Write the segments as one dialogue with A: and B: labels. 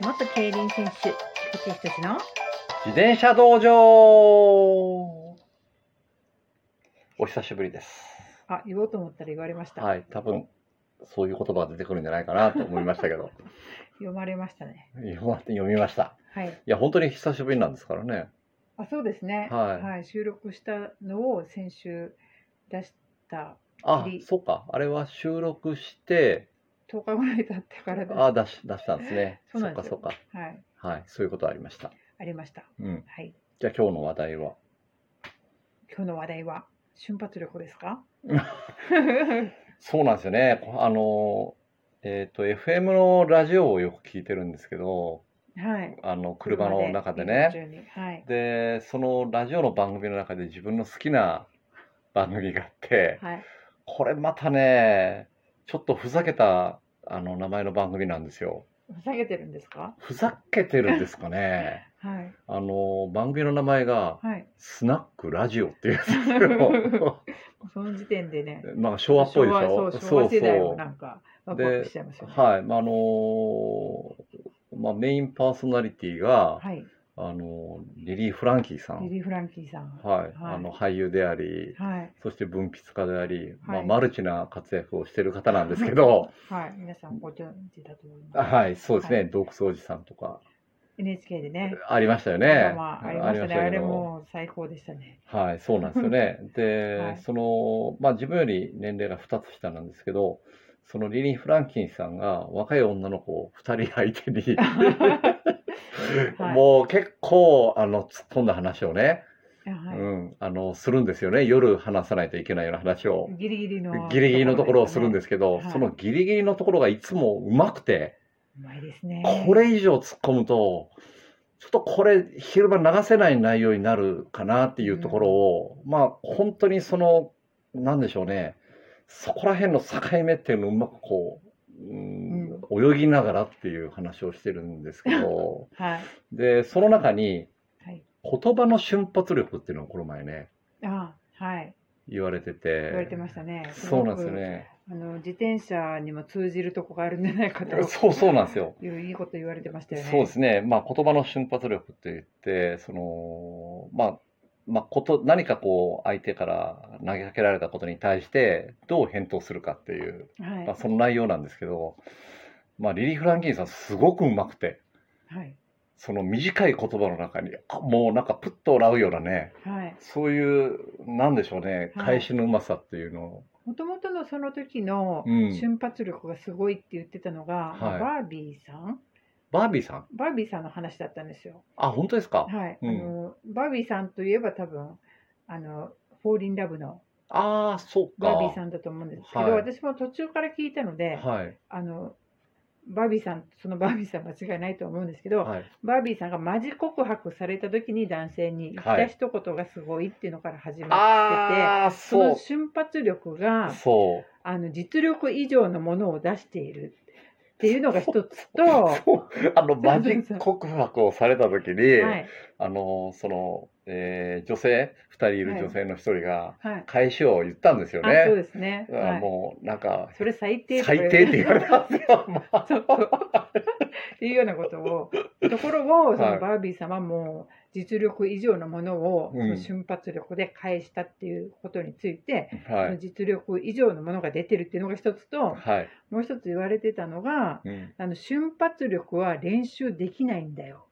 A: 元競輪選手、菊池仁の
B: 自転車道場お久しぶりです。
A: あ、言おうと思ったら言われました。
B: はい、多分、そういう言葉が出てくるんじゃないかなと思いましたけど、
A: 読まれましたね。
B: 読ま読みました。
A: はい。
B: いや、本当に久しぶりなんですからね。
A: あ、そうですね。
B: はい
A: 収録したのを先週出した
B: あ
A: いい、
B: そうか。あれは収録して、
A: 10日ぐらい経ってからです。は
B: あ、出し出したんですね。
A: そうなんで
B: か、
A: す
B: そ
A: よ
B: うか。
A: い。
B: はい、そういうことありました。
A: ありました。
B: うん。
A: はい。
B: じゃあ今日の話題は。
A: 今日の話題は瞬発力です か？
B: うんそうなんですよね。あの、えっ、と、FM のラジオをよく聞いてるんですけど、
A: はい。
B: あの、車の中でね。
A: 移動中にはい。
B: でそのラジオの番組の中で自分の好きな番組があって
A: はい。
B: これまたねちょっとふざけたあの名前の番組なんですよ
A: 下げてるんですか？
B: ふざけてるんです かね
A: はい。
B: あの番組の名前が
A: はい。
B: 「スナックラジオ」っていうやつよ
A: その時点でね。
B: まあ昭和っぽいでし
A: 昭
B: ょ
A: 和そう昭和世代もなんかワクワクしちゃいますよね。
B: はいまああのーまあ、メインパーソナリティが、
A: はい。
B: あのリリー・フランキーさ
A: リ
B: ん、
A: リー・フランキーさん。
B: はい
A: はい
B: あの俳優であり、
A: はい。
B: そして文筆家であり、ま
A: は
B: あ、
A: い
B: マルチな活躍をしてる方なんですけど、
A: はい。皆さんご存知だと思います。
B: はい、そうですね、
A: は
B: 洞窟おじさんとか
A: NHK でね。
B: ありましたよ
A: ド
B: ね
A: ラ。マありましたね。あ
B: け
A: れ
B: ど
A: も最高でしたね。
B: はい、そうなんです よね。で、
A: はい
B: その、まあ自分より年齢が2つ下なんですけど、そのリリー・フランキンさんが若い女の子を2人相手 に、
A: はい
B: もう結構あの突っ込んだ話をね、う
A: は
B: ん、あのするんですよね。夜話さないといけないような話を。
A: い。ギリギリの。。
B: ギリギリのところをするんですすけど、
A: はい
B: そのギリギリのところがいつもうまくて、
A: うまいですね。
B: これ以上突っ込むと、ちょっとこれ昼間流せない内容になるかなっていうところを、まあ本当にその、なんでしょうね、そこら辺の境目っていうのをうまくこう、うん泳ぎながらっていう話をしてるんですけ ど、
A: はい。
B: で、その中に
A: はい。
B: 言葉の瞬発力っていうのをこの前ね、
A: あはい。
B: 言われてて、
A: 言われてましたね。
B: そうなんですよ
A: ごく。
B: ね。
A: あの、自転車にも通じるとこがあるんじゃないかと。
B: そうそうなんですよ。
A: いういいこと言われてましたよね。
B: そうですね、まあ、言葉の瞬発力って言ってその、まあまあ、こと何かこう相手から投げかけられたことに対してどう返答するかっていう、
A: はい
B: まあ、。その内容なんですけど、まあ、リリー・フランキンさんすごくうまくて
A: はい。
B: その短い言葉の中にあもうなんかプッと笑うようなね
A: はい。
B: そういうなんでしょうね
A: はい
B: 返しのうまさっていうのを、
A: もともとのその時の
B: うん
A: 瞬発力がすごいって言ってたのが、
B: はい
A: バービーさん
B: バービーさん
A: バービーさんの話だったんですよ。
B: あ本当ですか、
A: はい、
B: うん
A: あのバービーさんといえば多分あの「フォーリンラブ」の
B: ああそうか
A: バービーさんだと思うんですけど、
B: はい
A: 私も途中から聞いたので、
B: はい
A: あのバービーさんそのバービーさん間違いないと思うんですけど、
B: はい
A: バービーさんがマジ告白された時に男性に言っ
B: は
A: た
B: い
A: 一言がすごいっていうのから始まってて、
B: ああ
A: そ
B: そ
A: の
B: う
A: 瞬発力が
B: そう
A: あの実力以上のものを出しているっていうのが一つと、は
B: そうあのマジック告白をされた時に、
A: い
B: あのその、えー女性2人いる女性の1人が
A: はい、
B: 返しを言ったんですよ
A: あそう
B: ね。
A: ですね、
B: あ
A: はい、
B: もうなんか
A: それ最低とか言
B: 最
A: わ
B: 低っ
A: れ
B: て言われたんですよ。まあ
A: そうそうっていうようなことをところをそ
B: は
A: の
B: い
A: バービー様も実力以上のものをそ
B: うん
A: の瞬発力で返したっていうことについて、そ
B: は
A: の
B: い
A: 実力以上のものが出てるっていうのが一つと
B: はい、
A: もう一つ言われてたのが
B: うん、
A: あの瞬発力は練習できないんだよ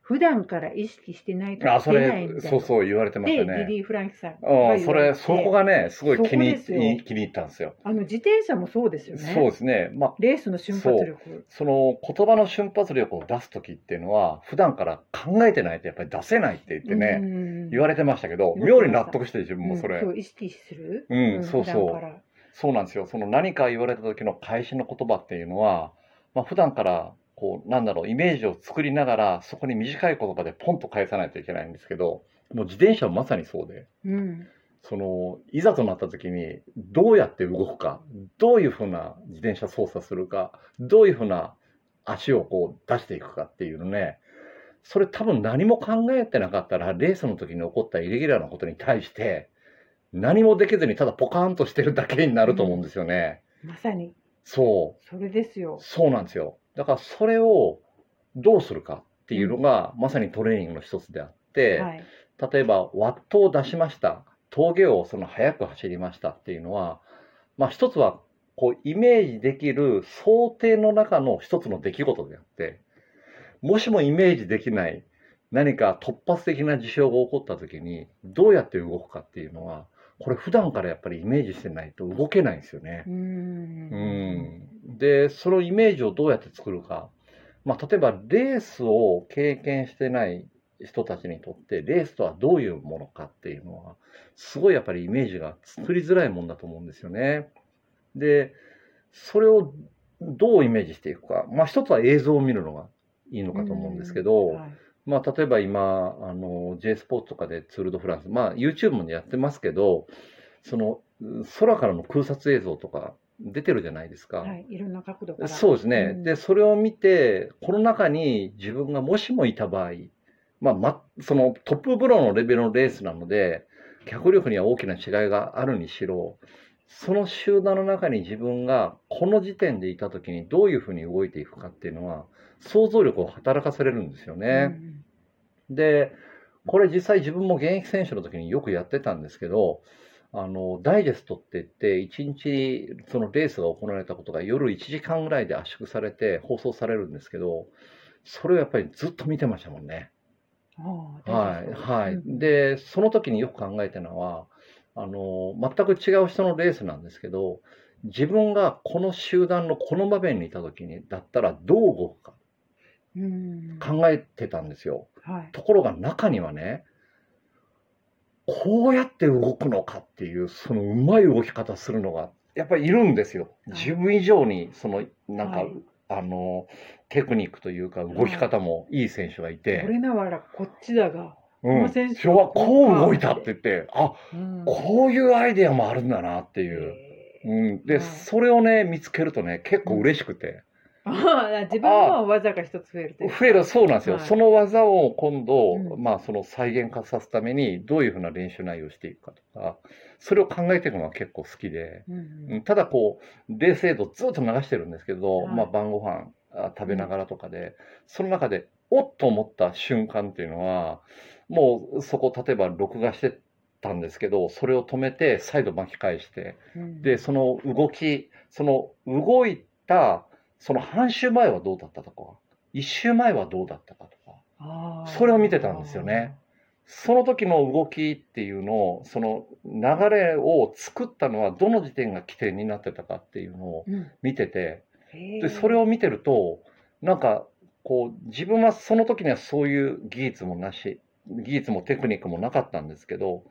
A: 普段から意識してないと
B: あ
A: 出
B: そ
A: ない
B: れ
A: んだよ
B: そうそう言われてました
A: でリ
B: ね。
A: リー・フランキさんが
B: う
A: 言
B: ん、それそこ
A: が
B: がねすごい気
A: そ
B: に
A: こですよ
B: い気に入ったんですよ。
A: あの自転車もそうですよね
B: そうですね。まあ
A: レースの瞬発力
B: その言葉の瞬発力を出す時っていうのは普段から考えてないとやっぱり出せないって言ってね、
A: うん
B: 言われてましたけど
A: 言わ
B: 妙
A: れて
B: に
A: ました
B: 納得して自分もそれ。
A: うんそう意識する、
B: うん、そう
A: 普段
B: そ
A: か
B: う。
A: ら
B: そうなんですよ。その何か言われた時の返しの言葉っていうのは、まあ普段から、こう、なんだろう、イメージを作りながら、そこに短い言葉でポンと返さないといけないんですけど、もう自転車はまさにそうで、
A: うん
B: その、いざとなった時に、どうやって動くか、どういうふうな自転車操作するか、どういうふうな足をこう出していくかっていうのね、それ多分何も考えてなかったら、レースの時に起こったイレギュラーなことに対して、何もできずにただポカーンとしてるだけになると思うんですよね。
A: まさに
B: そ
A: それです
B: う、
A: よ
B: そうなんですよ。だからそれをどうするかっていうのが、まさにトレーニングの一つであって、
A: はい。
B: 例えばワットを出しました峠をその速く走りましたっていうのは、まあ、一つはこうイメージできる想定の中の一つの出来事であってもしもイメージできない何か突発的な事象が起こった時にどうやって動くかっていうのはこれ普段からやっぱりイメージしてないと動けないんですよね。
A: うーん。
B: うん、でそのイメージをどうやって作るか、まあ、例えばレースを経験してない人たちにとってレースとはどういうものかっていうのはすごいやっぱりイメージが作りづらいもんだと思うんですよね。でそれをどうイメージしていくか、まあ、一つは映像を見るのがいいのかと思うんですけど、
A: はい。
B: まあ、例えば今あの J スポーツとかでツール・ド・フランス、まあ、YouTube でやってますけどそのうん空からの空撮映像とか出てるじゃないですか。
A: はい。いろんな角度から。
B: そうですね、
A: うん
B: でそれを見てこの中に自分がもしもいた場合、まあ、まそのトッププロのレベルのレースなので脚力には大きな違いがあるにしろその集団の中に自分がこの時点でいた時にどういうふうに動いていくかっていうのは想像力を働かされるんですよね。
A: うん
B: で、これ実際自分も現役選手の時によくやってたんですけど、あの、ダイジェストって言って、一日、そのレースが行われたことが夜1時間ぐらいで圧縮されて放送されるんですけど、それをやっぱりずっと見てましたもんね。
A: ああ
B: はい、は
A: う
B: い。
A: ん
B: で、その時によく考えたのは、あの、全く違う人のレースなんですけど、自分がこの集団のこの場面にいた時に、だったらどう動くか
A: うん。
B: 考えてたんですよ。
A: はい。
B: ところが中にはね、こうやって動くのかっていう、そのうまい動き方するのが、やっぱりいるんですよ。
A: はい
B: 自分以上に、その、なんか、
A: はい
B: あの、テクニックというか、動き方もいい選手がい
A: こ
B: て、
A: れながらこっちだが。
B: うん、
A: この選
B: 今
A: 手
B: 日
A: は
B: はこう動いたって言って、あ、
A: うん
B: こういうアイデアもあるんだなっていう。
A: へえ
B: うん、
A: は
B: で、
A: い
B: それをね、見つけるとね、結構嬉しくて。
A: ああ自分の技が一つ増えるというか
B: 増えるそうなんですよ、
A: はい
B: その技を今度、
A: うん
B: まあ、その再現化させるためにどういうふうな練習内容をしていくかとかそれを考えていくのは結構好きで、
A: うん
B: うんただこう冷静度ずっと流してるんですけど、
A: はい
B: まあ、晩ご飯あ食べながらとかで、その中でおっと思った瞬間っていうのはもうそこ例えば録画してたんですけどそれを止めて再度巻き返して
A: うん
B: で、その動き、その動いた、その半周前はどうだったとか、一周前はどうだったかとか、
A: ああ
B: それを見てたんですよね。その時の動きっていうのを、その流れを作ったのはどの時点が起点になってたかっていうのを
A: うん
B: 見てて、
A: へえ
B: で、それを見てると、なんか、こう、自分はその時にはそういう技術もなし、技術もテクニックもなかったんですけど、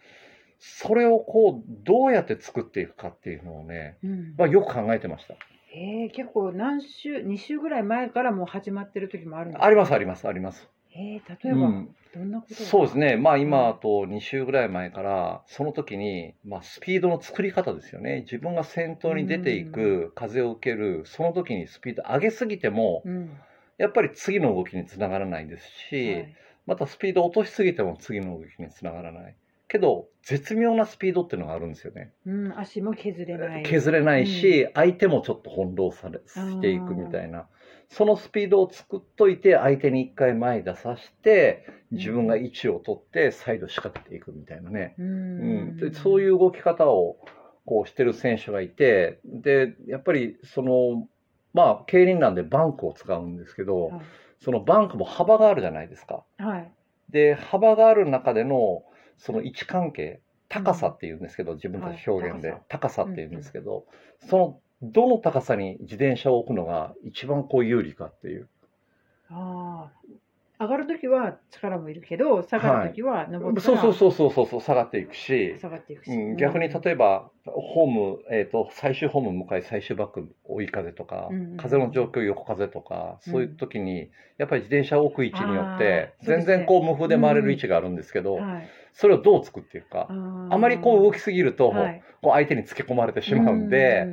B: それをこう、どうやって作っていくかっていうのをね、
A: うん
B: まあ、よく考えてました。
A: へえ結構何週2週ぐらい前からもう始まってる時もあるんです
B: ありますありますあります。
A: へえ
B: う
A: 例えば
B: ん、
A: どんなことが
B: そうですね。まあ
A: うん
B: 今あと2週ぐらい前から、その時に、まあスピードの作り方ですよね。自分が先頭に出ていく、風を受ける、その時にスピード上げすぎても、
A: うんは
B: やっぱり次の動きにつながらないですし、
A: い
B: またスピード落としすぎても次の動きにつながらない。けど、絶妙なスピードっていうのがあるんですよね。
A: うん足も削れない
B: 削れないし、相手もちょっと翻弄されしていくみたいなそのスピードを作っといて相手に一回前に出させて自分が位置を取って再度仕掛けていくみたいなね、
A: う
B: うん
A: ん
B: でそういう動き方をこうしてる選手がいてでやっぱりそのまあ競輪なんでバンクを使うんですけど、
A: はい
B: そのバンクも幅があるじゃないですか。
A: はい
B: で幅がある中でのその位置関係高さっていうんですけど、自分たち表現で、
A: はい
B: 高さっていうんですけど、そのどの高さに自転車を置くのが一番こう有利かっていう、
A: ああ上がる時は力もいるけど下がる時は登った
B: そう
A: ら
B: そうそうそうそうそう下がっていくし、
A: 下がっていくし
B: うん、逆に例えばホーム、えー、と最終ホーム向かい最終バック追い風とか、
A: うんうん
B: 風の状況横風とか、
A: うん
B: そういう時にやっぱり自転車を置く位置によって
A: あーそうで
B: 全
A: すね
B: 然こう無風で回れる位置があるんですけど、
A: はい
B: それをどう作っていくか。あまりこう動
A: き
B: きすぎると、こう相手につけ込まれてしまうんで、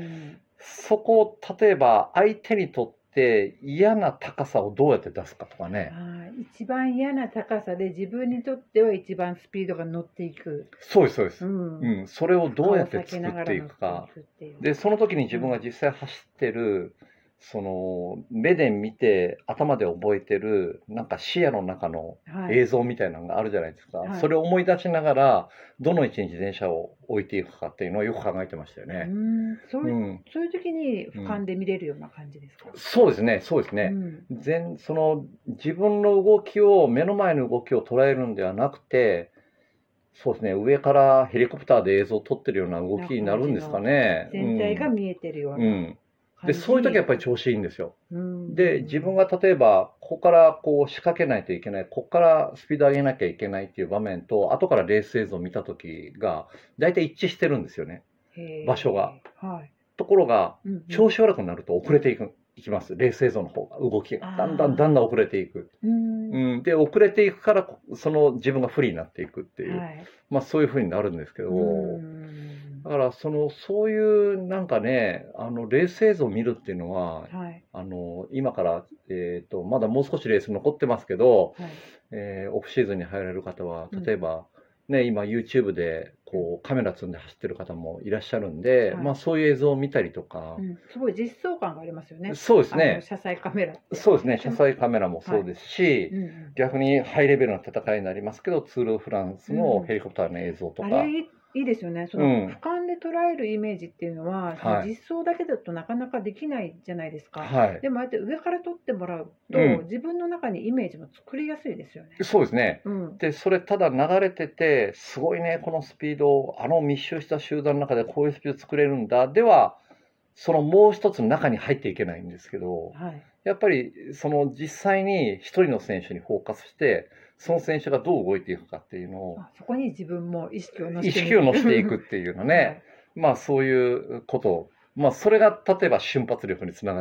B: そこを例えば相手にとって嫌な高さをどうやって出すかとかね、
A: あー一番嫌な高さで自分にとっては一番スピードが乗っていく、
B: そうですそうです、
A: う
B: うん
A: ん
B: それをどうやって作っていく
A: 顔を避けながら
B: か
A: 乗っていくっていう
B: でその時に自分が実際走ってるその目で見て頭で覚えてるなんか視野の中の
A: はい。
B: 映像みたいなのがあるじゃないですか、
A: はい
B: それを思い出しながらどの位置に自転車を置いていくかっていうのをよく考えてましたよ
A: う
B: ね。
A: んそう
B: う、
A: いうんそういう時に俯瞰で見れるような感じですか。
B: そうですねそうですね、
A: うん
B: 全その自分の動きを目の前の動きを捉えるんではなくてそうですね上からヘリコプターで映像を撮ってるような動きになるんですかね。
A: 全体が見えてるよう
B: うん
A: な
B: うん、
A: 感
B: で
A: じ。
B: そういう時はやっぱり調子いいんですよ。
A: うん
B: で自分が例えばここからこう仕掛けないといけないここからスピード上げなきゃいけないっていう場面と後からレース映像を見た時が大体一致してるんですよね。
A: へー
B: 場所が。
A: はい。
B: ところが
A: うんうん
B: 調子悪くなると遅れていくいきますレース映像の方が動きがだんだんだんだん遅れていく。
A: うん
B: うん、で遅れていくからこその自分が不利になっていくっていう、
A: はい。
B: まあ、そういうふうになるんですけど、
A: うん
B: だからそのそういうなんかねあのレース映像を見るっていうのは
A: はい。
B: あの今から、えー、とまだもう少しレース残ってますけど、
A: はい。
B: えーオフシーズンに入られる方は
A: うん
B: 例えば、ね、今 YouTube でこうカメラ積んで走ってる方もいらっしゃるんで、
A: はい
B: まあ、そういう映像を見たりとか
A: う、んすごい実装感がありますよね。
B: そうです
A: あの
B: ね
A: 車載カメラって。
B: そうですね車載カメラもそうですし、
A: うんうん
B: 逆にハイレベルな戦いになりますけどツール・フランスのヘリコプターの映像とか、
A: あれいいいいですよね。その
B: うん
A: 俯瞰で捉えるイメージっていうのは、その
B: はい
A: 実装だけだとなかなかできないじゃないですか。
B: はい
A: でもああやって上から撮ってもらうと、
B: うん
A: 自分の中にイメージも作りやすいですよね。
B: そうですね
A: うん。
B: でそれただ流れててすごいねこのスピードあの密集した集団の中でこういうスピード作れるんだではそのもう一つの中に入っていけないんですけど
A: はい。
B: やっぱりその実際に一人の選手にフォーカスしてその選手がどう動いていくかっていうのを
A: あそこに自分も意識を乗せ
B: 意
A: てみ
B: 識
A: る
B: を乗せていく。っていうの ね、
A: はい
B: まあそういうことまあそれが例えば瞬発力につながっ